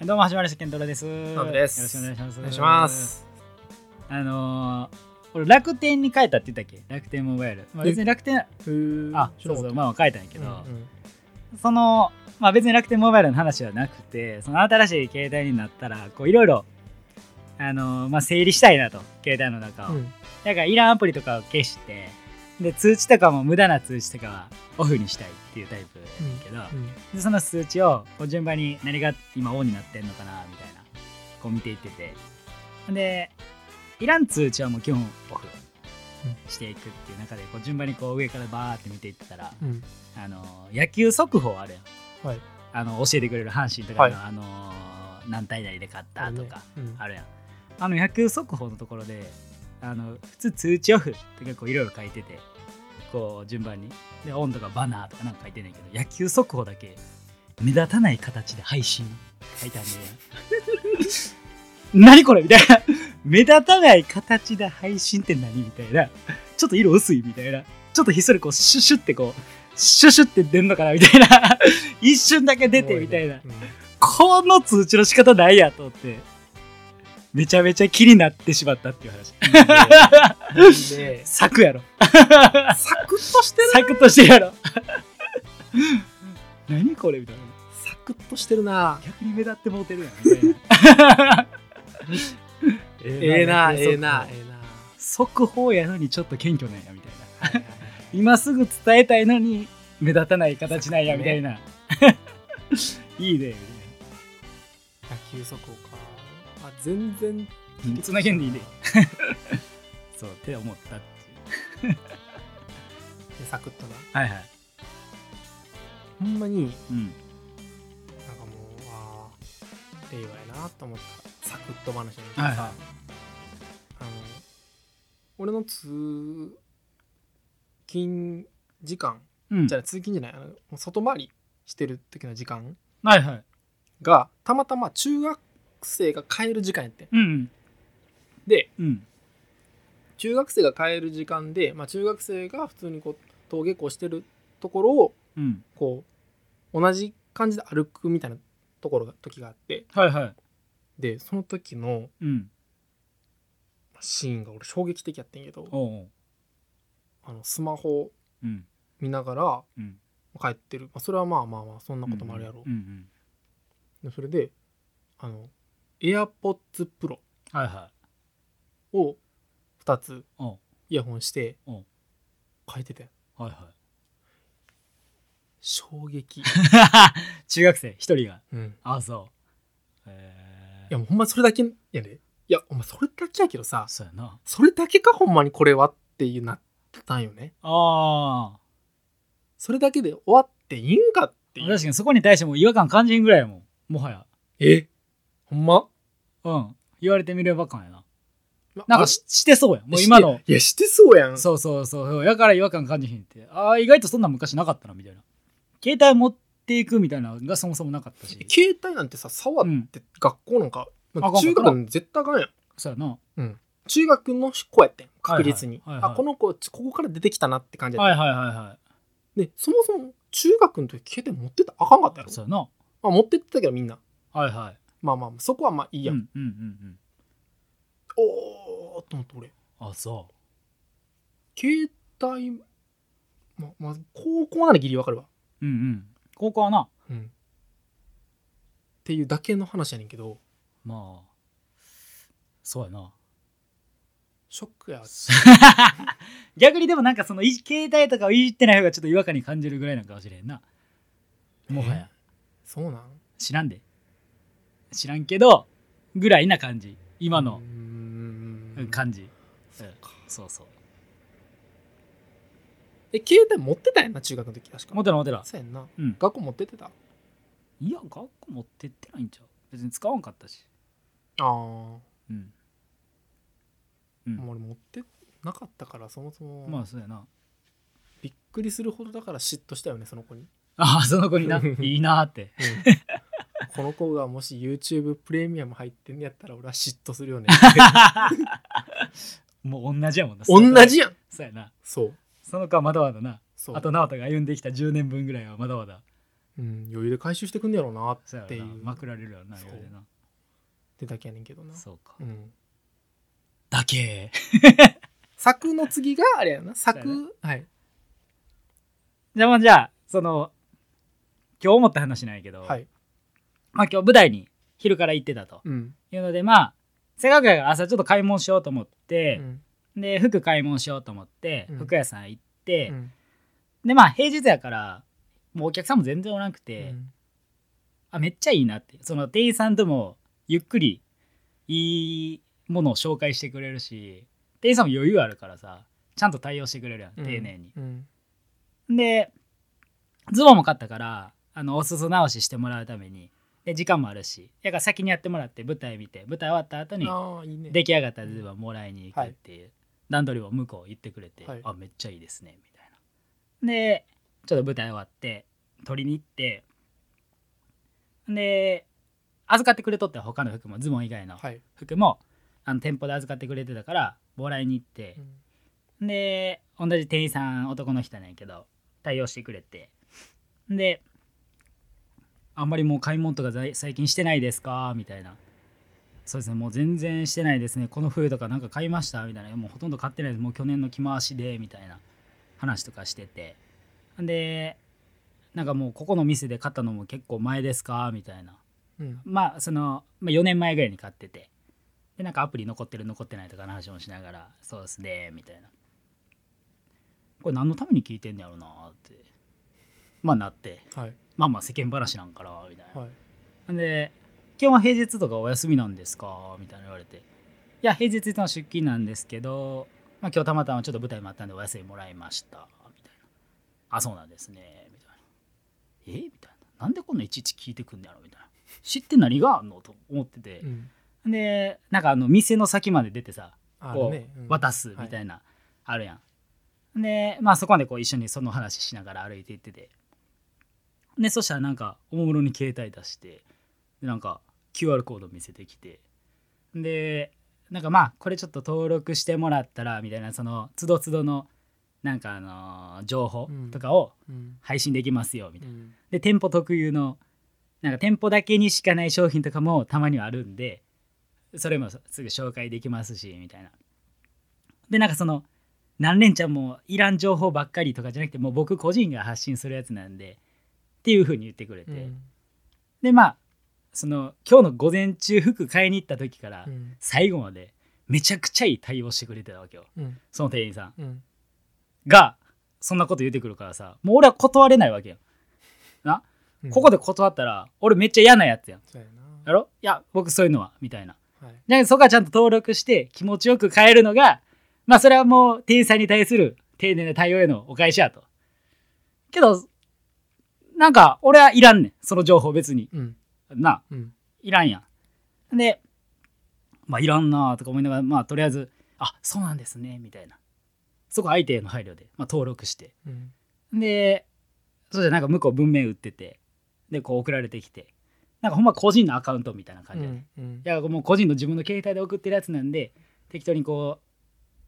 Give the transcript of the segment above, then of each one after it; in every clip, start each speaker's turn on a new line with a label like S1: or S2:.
S1: どうも、はじまりです。ケントロです。
S2: なんでです。
S1: よろしくお願いします。
S2: お願いします。
S1: あのー、俺、楽天に変えたって言ったっけ楽天モバイル。まあ、
S2: え
S1: 別に楽天、あ、そうそう、まあ、変えたんやけ
S2: け
S1: ど、その、まあ、別に楽天モバイルの話はなくて、その新しい携帯になったら、こう、いろいろ、あのー、まあ、整理したいなと、携帯の中を。だから、いらんアプリとかを消して、で、通知とかも無駄な通知とかはオフにしたいっていうタイプやねんけど、でその数値をこう順番に何が今オンになってんのかなみたいなこう見ていっててでいらん通知はもう基本オフしていくっていう中でこう順番にこう上からバーって見ていってたら、あの野球速報あるやん、
S2: はい
S1: あの教えてくれる阪神とかの、
S2: は
S1: あの何対何で勝ったとか
S2: あ
S1: あるやんあの野球速報のところであの普通通知オフって結構いろいろ書いててこう順番にでオンとかバナーとかなんか書いてんねんけど野球速報だけ目立たない形で配信書いてあるねん 何これみたいな目立たない形で配信って何みたいなちょっと色薄いみたいなちょっとひっそりこうシュッシュってこうシュッシュって出んのかなみたいな 一瞬だけ出てみたいな。この通知の仕方ないやと思って、めちゃめちゃ気になってしまったっていう話。
S2: で
S1: 策やろ。
S2: サクッとしてる
S1: 策としてやろ。 何これみたいな。
S2: サクッとしてるな
S1: 逆に目立ってもうてるやんみたいな。
S2: ええなええな
S1: え
S2: え
S1: 速報やのにちょっと謙虚なんやみたいな。
S2: えな
S1: 今すぐ伝えたいのに目立たない形なんやみたいな。いいね。みたい
S2: 野球速報かあ全然
S1: なつなげんでいいね。そうって思ったっていう。
S2: サクッとな
S1: はいはい。
S2: ほんまに
S1: うん。
S2: なんかもうああ令和やなと思ったサクッと話に
S1: はいはい
S2: あの俺の通勤時間
S1: うん
S2: じゃあ通勤じゃないあのもう外回りしてる時の時間
S1: はいはい。
S2: がたまたま中学生が帰る時間やってん
S1: うん。
S2: で
S1: うん。
S2: 中学生が帰る時間で、まあ、中学生が普通にこう登下校してるところを
S1: うん。
S2: こう同じ感じで歩くみたいなところが時があって
S1: はいはい。
S2: でその時の
S1: うん。
S2: シーンが俺衝撃的やってんけど
S1: おうおう。
S2: あのスマホ
S1: うん。
S2: 見ながら
S1: うん。
S2: 帰ってる、まあ、それはまあまあまあそんなこともあるやろう
S1: う、んうん。
S2: でそれであの AirPods Pro
S1: はいは
S2: を2つ
S1: い。おう
S2: イヤホンして
S1: うん
S2: 書いてて
S1: はいは
S2: 衝撃、
S1: い。 中学生一人が。
S2: うん、
S1: あ、そう。え
S2: いやもうほんまそれだけやでいやお前それだけやけどさ
S1: そうやな。
S2: それだけかほんまにこれはっていうなったんよね
S1: ああ。
S2: それだけで終わっていいんかっていう
S1: 確かにそこに対しても違和感感じんぐらいやもん。もはや。
S2: えほんま
S1: うん。言われてみればかんやな。
S2: な
S1: なんかししてそうやん。もう今の。
S2: いやしてそうやん
S1: そうそうそうそう。やから違和感感じひんって。ああ、意外とそんな昔なかったな、みたいな。携帯持っていくみたいなのがそもそもなかったし。
S2: 携帯なんてさ触
S1: う
S2: っ
S1: ん。
S2: て学校なんか、ま
S1: あか
S2: あ
S1: んか
S2: 中学なんて絶対あかんやん
S1: そうやな。
S2: 中学の子やってん確実に、
S1: はいはいはいはい
S2: あこの子ここから出てきたなって感じやっ
S1: はいはいはいは
S2: たでそもそも中学の時携帯持ってたらあかんかったや
S1: い。
S2: ろ、
S1: そうやな。
S2: まあ、持ってってたけどみんな
S1: はいはい。
S2: まあまあそこはまあいいや、、
S1: うんんうんうん
S2: おーっと思って俺
S1: うん。あ、そう。
S2: 携帯ままあ高校ならギリわかるわ、
S1: うんうん高校はな
S2: うん、っていうだけの話やねんけど
S1: まあそうやな
S2: ショックや
S1: 逆にでもなんかそのい携帯とかをいじってない方がちょっと違和感に感じるぐらいなんかもしれんな もはや
S2: そうなん
S1: 知らんで知らんけどぐらいな感じ今
S2: う
S1: の
S2: ーん
S1: 感じ、
S2: そっか
S1: そうそう
S2: え携帯持ってたやんな中学の時確か
S1: モテラモテラ
S2: そうやんな、
S1: うん
S2: 学校持ってってたあ
S1: いや学校持ってってないんちゃう別に使わんかったし
S2: あー
S1: うん、うん
S2: もう俺持ってなかったからそもそも、
S1: まあそうやな
S2: びっくりするほどだから嫉妬したよねそ の子に、
S1: ああその子にな いいなーって
S2: この子がもし YouTube プレミアム入ってんやったら俺は嫉妬する よね
S1: もう同じやもんな
S2: 同じやん
S1: そうやな
S2: そう
S1: その子はまだまだな
S2: そう
S1: あと直人が歩んできた10年分ぐらいはまだまだ
S2: うん、余裕で回収してくんねやろうなっ
S1: そうや
S2: てい
S1: ろ
S2: う
S1: なまくられるやろな
S2: そう
S1: 余裕でな
S2: てだけやねんけどな
S1: そうか
S2: うん
S1: だけ
S2: 作の次があれやな
S1: そうや
S2: 作はい
S1: じゃあまあじゃあその今日思った話なんやけど、
S2: はい
S1: まあ今日舞台に昼から行ってたと
S2: うん
S1: いうのでまあせっかくやから朝ちょっと買い物しようと思っ
S2: う
S1: て、
S2: ん
S1: で服買い物しようと思って、
S2: うん
S1: 服屋さん行って、
S2: うん
S1: でまあ平日やからもうお客さんも全然おらなく
S2: う
S1: て、
S2: ん
S1: あめっちゃいいなってその店員さんともゆっくりいいものを紹介してくれるし店員さんも余裕あるからさちゃんと対応してくれるやん丁寧に、
S2: うん
S1: でズボンも買ったからあのお裾直ししてもらうためにで時間もあるしだから先にやってもらって舞台見て舞台終わった後に
S2: ああいいね
S1: 出来上がったズボンもらいに行くっていう、段取りを向こう言ってくれて、
S2: はい
S1: あめっちゃいいですねみたいなでちょっと舞台終わって取りに行ってで預かってくれとった他の服もズボン以外の
S2: はい
S1: 服も、あの店舗で預かってくれてたからもらいに行って
S2: う、ん
S1: で同じ店員さん男の人なんやけど対応してくれてで「あんまりもう買い物とかざい最近してないですか?」みたいな「そうですねもう全然してないですねこの冬とかなんか買いました?」みたいな「もうほとんど買ってないですもう去年の着回しで」みたいな話とかしててでなんかもうここの店で買ったのも結構前ですかみたいな
S2: うん
S1: まあその、まあ、4年前ぐらいに買っててでなんかアプリ残ってる残ってないとかの話もしながら「そうですね」みたいなこれ何のために聞いてんねやろうなってまあなって
S2: はい
S1: まあまあ世間話なんかなみたいな、
S2: はい
S1: で「今日は平日とかお休みなんですか?」みたいな言われて「いや平日の出勤なんですけど、まあ、今日たまたまちょっと舞台もあったんでお休みもらいました」みたいな「あそうなんですね」みたいな「えみたいな「なんでこんないちいち聞いてくんねやろ?」みたいな「知って何があんの?」と思ってて
S2: う、ん
S1: でなんかあの店の先まで出てさ
S2: あ
S1: こ
S2: る
S1: う、
S2: ねうん
S1: 渡すみたいな、あるやんでまあそこまでこう一緒にその話しながら歩いていっててでそしたらなんかおもむろに携帯出してでなんか QR コード見せてきてでなんかまあこれちょっと登録してもらったらみたいなそのつどつどのなんかあのー情報とかを
S2: うん
S1: 配信できますよみたいな
S2: うん
S1: で店舗特有のなんか店舗だけにしかない商品とかもたまにはあるんでそれもすぐ紹介できますしみたいなでなんかその何連ちゃんもいらん情報ばっかりとかじゃなくてもう僕個人が発信するやつなんでっていう風に言ってくれて、
S2: うん
S1: でまあその今日の午前中服買いに行った時から
S2: うん
S1: 最後までめちゃくちゃいい対応してくれてたわけよ
S2: うん
S1: その店員さん
S2: うん
S1: がそんなこと言ってくるからさもう俺は断れないわけよ
S2: うん
S1: ここで断ったら俺めっちゃ嫌なやつやん
S2: そうやな
S1: やろいや僕そういうのはみたいな
S2: はい
S1: じゃあそこはちゃんと登録して気持ちよく変えるのがまあそれはもう店員さんに対する丁寧な対応へのお返しやとけどなんか俺はいらんねんその情報別に
S2: うん
S1: な
S2: うん
S1: いらんやんでまあいらんなとか思いながらまあとりあえずあそうなんですねみたいなそこ相手への配慮で、まあ、登録して
S2: うん
S1: でそうじゃなんか向こう文面打っててでこう送られてきてなんかほんま個人のアカウントみたいな感じで、い
S2: うん
S1: やもう個人の自分の携帯で送ってるやつなんで適当にこ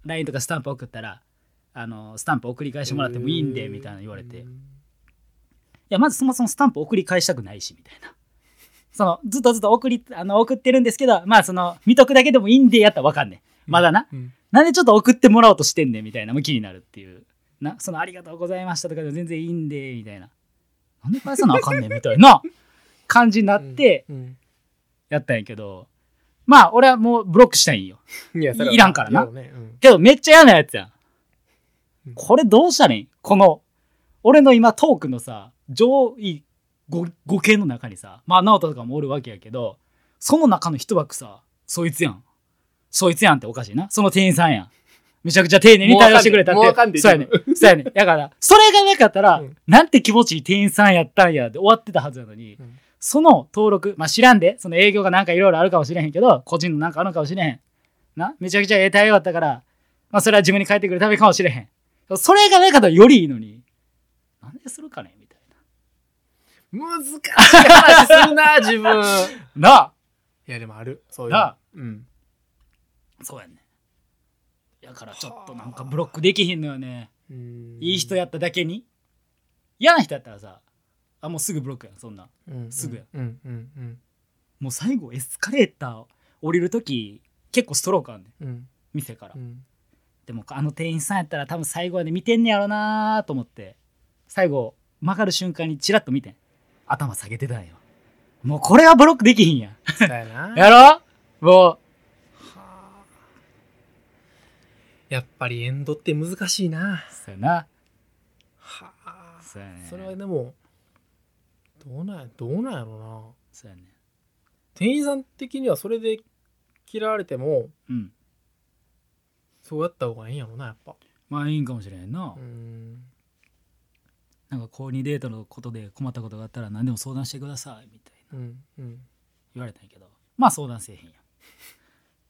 S1: う LINE とかスタンプ送ったらあのスタンプ送り返してもらってもいいんでみたいな言われて、
S2: う
S1: い
S2: ん
S1: やまずそもそもスタンプ送り返したくないしみたいな そのずっとずっと送りあの送ってるんですけどまあその見とくだけでもいいんでやったらわかんねんまだな、
S2: うん
S1: なんでちょっと送ってもらおうとしてんねんみたいなもう気になるっていう。な、そのありがとうございましたとかでも全然いいんで、みたいな。なんで返さなあかんねんみたいな感じになって
S2: うん
S1: やったんやけど、まあ俺はもうブロックしたいんよ。
S2: いやそれはい
S1: らんからな
S2: やろうねうん
S1: けどめっちゃ嫌なやつや。
S2: うんん
S1: これどうしたらいいんこの、俺の今トークのさ、上位 5, 5系の中にさ、まあ直人とかもおるわけやけど、その中の一枠さ、そいつやん。そいつやんっておかしいな。その店員さんやん。めちゃくちゃ丁寧に対応してくれたって。
S2: もうわかんねえ
S1: そうやね。そうやね。だから、それがなかったら、
S2: うん
S1: なんて気持ちいい店員さんやったんやで終わってたはずなのに、
S2: うん
S1: その登録、まあ知らんで、その営業がなんかいろいろあるかもしれへんけど、個人のなんかあるのかもしれへん。な、めちゃくちゃええ対応だったから、まあそれは自分に返ってくるためかもしれへん。それがなかったらよりいいのに、なんでするかねみたい
S2: 難しい話するな自分
S1: な。なあ
S2: いやでもあるそういう
S1: なあ
S2: のうん
S1: そうやねん。やからちょっとなんかブロックできひんのよね。
S2: うん
S1: いい人やっただけに。嫌な人やったらさ、あもうすぐブロックやんそんな
S2: うん
S1: すぐや
S2: うんうんうん
S1: もう最後エスカレーター降りる時結構ストロークあんねん
S2: うん
S1: 店から、
S2: うん
S1: でもあの店員さんやったら多分最後まで見てんねやろなーと思って最後曲がる瞬間にチラッと見てん頭下げてたんよもうこれはブロックできひんやん
S2: そうやな
S1: やろも
S2: はあやっぱりエンドって難しいな
S1: うそうやな
S2: はあ
S1: そうやね
S2: それはでもどうなんやどうなんやろな
S1: そうやね
S2: 店員さん的にはそれで嫌われても
S1: うん
S2: そうやった方がいいんやろなやっぱ
S1: まあいいんかもしれんな、
S2: うん
S1: なんか高2デートのことで困ったことがあったら何でも相談してくださいみたいな
S2: うんうん
S1: 言われたんやけどまあ相談せえへんや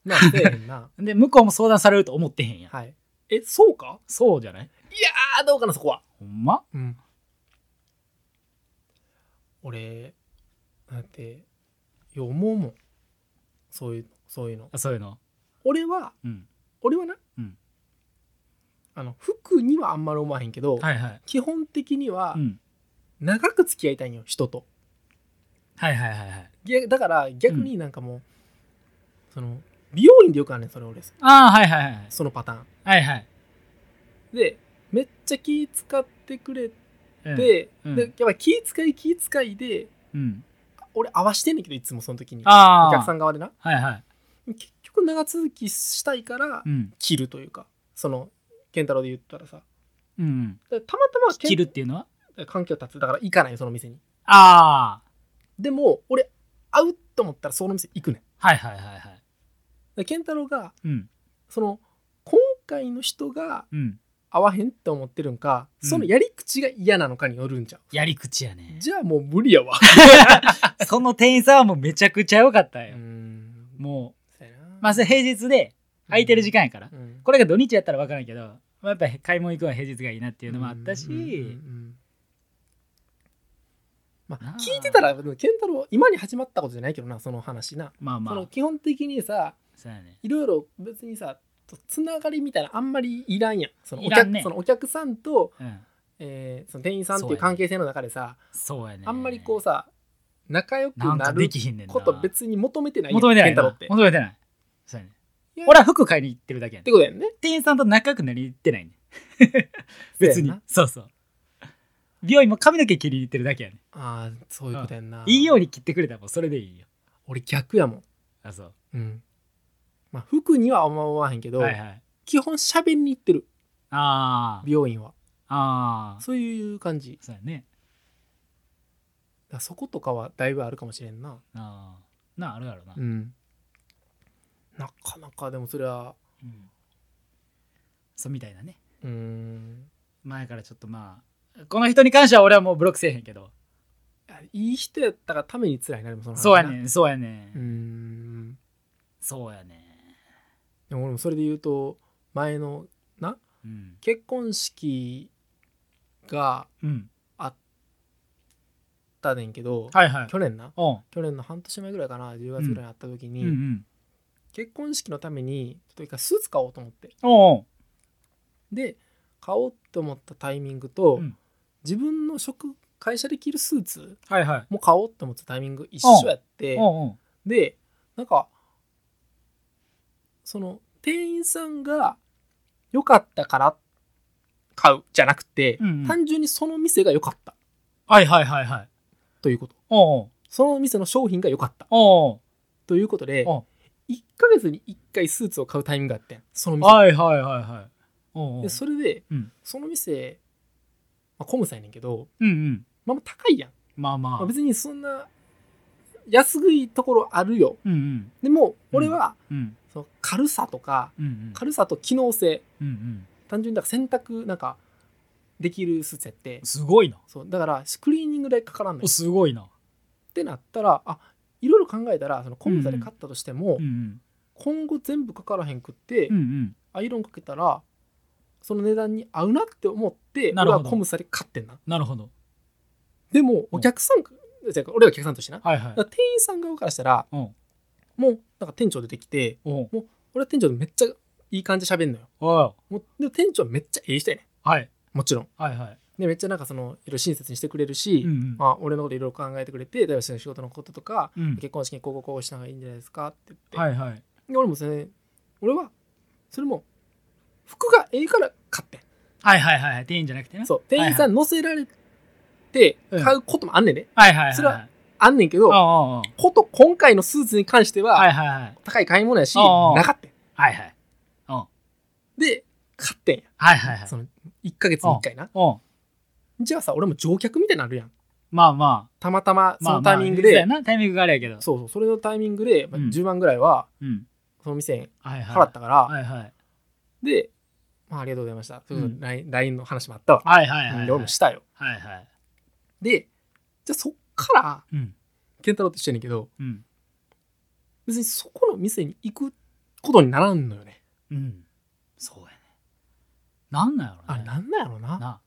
S2: まあせえへん な
S1: んで向こうも相談されると思ってへんやん、
S2: はいえそうか
S1: そうじゃない
S2: いやーどうかなそこは
S1: ほんま
S2: うん俺だっていや思うもんそういうそういうの
S1: あそういうの
S2: 俺は
S1: うん
S2: 俺はな、
S1: うん
S2: あの服にはあんまり思わへんけど、
S1: はいはい
S2: 基本的には
S1: うん
S2: 長く付き合いたいんよ人と
S1: はいはいはいはい
S2: ぎゃだから逆になんかもう、その美容院でよくあんねんそれ俺
S1: ああはいはいはい
S2: そのパターン
S1: はいはい
S2: でめっちゃ気使ってくれて、
S1: うん
S2: で
S1: うん
S2: やっぱ気使い気使いで
S1: うん俺
S2: 俺合わしてんねんけどいつもその時に
S1: ああ
S2: お客さん側でな
S1: はいはい
S2: 結局長続きしたいから
S1: うん
S2: 切るというかその健太郎で言ったらさだか
S1: うん
S2: らたまたま
S1: 切るっていうのは
S2: 環境立つだから行かないよその店に
S1: ああ
S2: でも俺会うと思ったらその店行くねんだか
S1: はいはいはいはい
S2: ら健太郎が
S1: うん
S2: その今回の人が
S1: うん
S2: 合わへんって思ってるんか、
S1: うん
S2: そのやり口が嫌なのかによるんじゃん
S1: やり口やね
S2: じゃあもう無理やわ
S1: その店員さんはもうめちゃくちゃ良かった よ、
S2: ん
S1: もうまあそれ平日で空いてる時間やから、
S2: うん
S1: これが土日やったら分からんけど、まあ、やっぱり買い物行くのは平日がいいなっていうのもあったし、
S2: うんうんうんうんま
S1: なあ
S2: あ聞いてたら健太郎今に始まったことじゃないけどなその話な、
S1: まあま
S2: そ
S1: あ
S2: の基本的にさ
S1: そうやね
S2: いろいろ別にさつながりみたいなあんまりいらんやんそのお
S1: いら
S2: 客
S1: んね
S2: そのお客さんと、
S1: うん
S2: えーその店員さんって
S1: そう
S2: い
S1: や
S2: う
S1: ね
S2: 関係性の中でさ、
S1: そうやね
S2: あんまりこうさ仲良く
S1: なん
S2: な
S1: かで
S2: る
S1: きひんねんな
S2: こと別に求めてないやん
S1: 求めてない
S2: 健太
S1: な
S2: 郎って。
S1: 求めてないそうやね
S2: いや
S1: 俺は服買いに行ってるだけや
S2: っ
S1: ね
S2: てことやんね。
S1: 店員さんと仲良くなりに行って ないね別に
S2: そうやな
S1: そうそう美容院も髪の毛切りに行ってるだけやね
S2: ああそういうことやんな。
S1: いいように切ってくれたらもうそれでいいよ
S2: 俺逆やもん。
S1: あそう
S2: うん。まあ服にはあんま思わへんけど、
S1: はいはい
S2: 基本しゃべりに行ってる
S1: あー
S2: 病院は。
S1: あー
S2: そういう感じ。だ
S1: そうやね
S2: からそことかはだいぶあるかもしれんな。
S1: あーなああるやろな、
S2: ん。なかなかでもそれは
S1: うんそうみたいなね
S2: うーん
S1: 前からちょっとまあこの人に関しては俺はもうブロックせえへんけど
S2: あいい人やったがために辛いなでもその話な
S1: そうやねんそうやね
S2: うんん
S1: そうやね
S2: でも俺もそれで言うと前のなん
S1: うん
S2: 結婚式が
S1: うん
S2: だねんけど、
S1: はいはい
S2: 去年な
S1: おう
S2: 去年の半年前ぐらいかな10月ぐらいにあった時
S1: う
S2: に、
S1: んうん
S2: 結婚式のためにちょっと一回スーツ買おうと思って
S1: おう
S2: で買おうと思ったタイミングと、
S1: うん
S2: 自分の職会社で着るスーツ
S1: はいはい
S2: も買おうと思ったタイミング一緒やって
S1: おうおう
S2: でなんかその店員さんが良かったから買うじゃなくて、
S1: うんうん
S2: 単純にその店が良かった
S1: はいはいはいはい
S2: ということ
S1: おう
S2: その店の商品が良かった
S1: おう
S2: ということで
S1: おう
S2: 1ヶ月に1回スーツを買うタイミングがあってんそ
S1: お
S2: の
S1: う
S2: 店
S1: はいはいはいはいおうおう
S2: でそれで、
S1: うん
S2: その店、まあ、コムさんやねんけど、
S1: うんうん
S2: まあ、まあ高いやん、
S1: まあま
S2: ま
S1: あ
S2: あ、別にそんな安食いところあるよ
S1: うんうん
S2: でも俺は、
S1: うん
S2: その軽さとか
S1: うんうん
S2: 軽さと機能性
S1: うんうん
S2: 単純にだから洗濯なんかできるスーツやって
S1: すごいな
S2: そうだからクリーニング代かからんのよ
S1: おすごいな
S2: ってなったらあいろいろ考えたらそのコムさんで買ったとしても、
S1: うん
S2: 今後全部かからへんくって、
S1: うんうん
S2: アイロンかけたらその値段に合うなって思って
S1: な
S2: 俺
S1: るほど
S2: はコムサで買ってんな
S1: なるほど
S2: でも
S1: うん
S2: お客さん、じゃあ俺はお客さんとしてな、
S1: はいはい
S2: だから店員さん側からしたら、
S1: うん
S2: もうなんか店長出てきて
S1: おう
S2: 俺は店長とめっちゃいい感じで喋んのよ
S1: おう
S2: もうでも店長めっちゃええ人やね
S1: はい
S2: んもちろん
S1: はいはい
S2: でめっちゃなんかそのいろいろ親切にしてくれるし、
S1: うん
S2: まあ、俺のこといろいろ考えてくれて例えば仕事のこととか、
S1: うん
S2: 結婚式にこうこうこうした方がいいんじゃないですかって言って、
S1: はいはい
S2: で俺もそれ俺はそれも服がええから買って
S1: はいはいはいはい店員じゃなくてね
S2: んそう店員さん乗せられて
S1: うん
S2: 買うこともあんねんね、
S1: はいはいはい
S2: それはあんねんけど、
S1: ああ
S2: こと今回のスーツに関しては、
S1: はいはいはい
S2: 高い買い物やし、
S1: ああ
S2: なかったん
S1: はいはいうん
S2: で買ってんや
S1: はいはいはい
S2: その1ヶ月に1回な
S1: うん
S2: じゃあさ俺も乗客みたいになるやん
S1: まあまあ
S2: たまたまそ
S1: まあ
S2: のタイミングで、
S1: まあそうやなタイミングがあれやけど
S2: そうそうそれのタイミングで、まあ
S1: うん
S2: 10万ぐらいは
S1: うん
S2: その店に
S1: はいはい
S2: 払ったから、
S1: はいはい
S2: で、まあ、ありがとうございました、そう
S1: うん
S2: LINE, LINE の話もあったわ、
S1: はいはいはい
S2: で俺もしたよ
S1: はいはい
S2: でじゃあそっから
S1: うん
S2: 健太郎ってしてんねんけど
S1: うん
S2: 別にそこの店に行くことにならんのよね
S1: うんそうやねなんなんやろ
S2: あ
S1: ね
S2: なんなんやろな
S1: な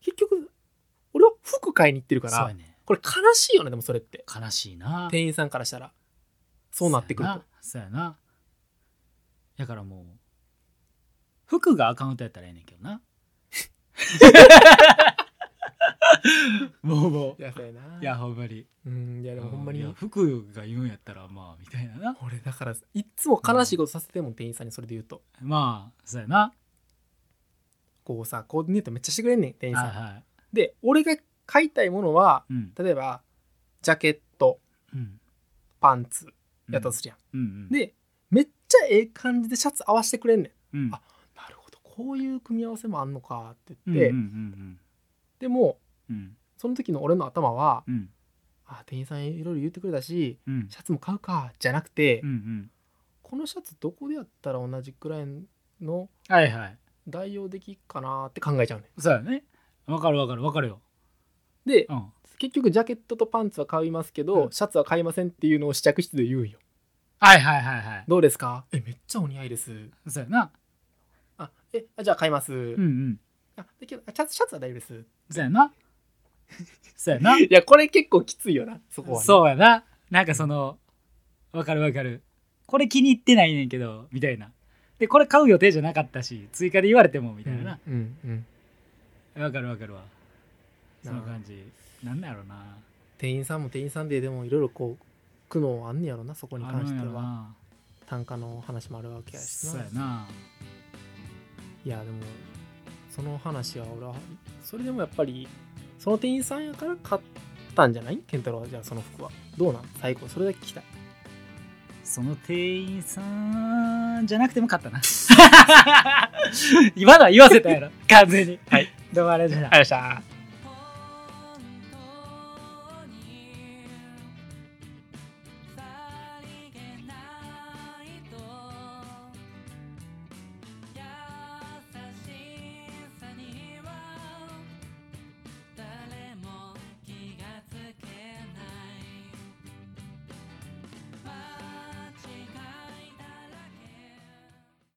S2: 結局俺は服買いに行ってるか
S1: そうや
S2: ら
S1: ね
S2: これ悲しいよねでもそれって
S1: 悲しいな
S2: 店員さんからしたらそうなってくると
S1: そうやなそうやなだからもう服がアカウントやったらええねんけど な もうもう
S2: やそうやない
S1: やほんまに
S2: うんいやでもほんま
S1: いや
S2: に
S1: 服が言うんやったらまあみたいなな
S2: 俺だからいっつも悲しいことさせても店員さんにそれで言うと
S1: まあそうやな
S2: こうさコーディネートめっちゃしてくれんねん店員さ
S1: はい
S2: ん
S1: は
S2: で俺が買いたいものはい
S1: うん
S2: 例えばジャケット
S1: うん
S2: パンツやったとするやん、
S1: うんうん
S2: でめっちゃええ感じでシャツ合わせてくれんねん
S1: うん
S2: あなるほどこういう組み合わせもあんのかって
S1: う
S2: 言
S1: んうん
S2: って、
S1: うん
S2: でも
S1: うん
S2: その時の俺の頭は
S1: うん
S2: あ店員さんいろいろ言ってくれたし
S1: うん
S2: シャツも買うかじゃなくて、
S1: うんうん
S2: このシャツどこでやったら同じくらいの
S1: はいはい
S2: 代用できっかなって考えちゃうね
S1: そうやねわかるわかるわかるよ
S2: んで
S1: うん
S2: 結局ジャケットとパンツは買いますけど、
S1: うん
S2: シャツは買いませんっていうのを試着室で言うんよ
S1: はいはいはいは
S2: どうですかえめっちゃお似合いです
S1: いそうやな
S2: あえあじゃあ買います、
S1: うんうん
S2: あできるあシャツシャツは大丈夫です
S1: そうやなそうやない
S2: やこれ結構きついよなそこはね、
S1: そうやななんかそのわかるわかるこれ気に入ってないねんけどみたいなでこれ買う予定じゃなかったし追加で言われてもみたいな
S2: うんうん
S1: わ、かるわかるわその感じなんだろうな
S2: 店員さんも店員さんででもいろいろこう苦悩あんねやろなそこに
S1: あ
S2: 関
S1: る
S2: し
S1: んや
S2: て
S1: ろ
S2: は
S1: な
S2: 単価の話もあるわけやし
S1: そう
S2: な
S1: やない
S2: やでもその話は俺はそれでもやっぱりその店員さんやから買ったんじゃない健太郎はじゃあその服はどうなん最高それだけ聞きたい
S1: その店員さんじゃなくても勝った な 今のは言わせたやろ完全に、はい、どうもありがとうございました
S2: ありがとうございました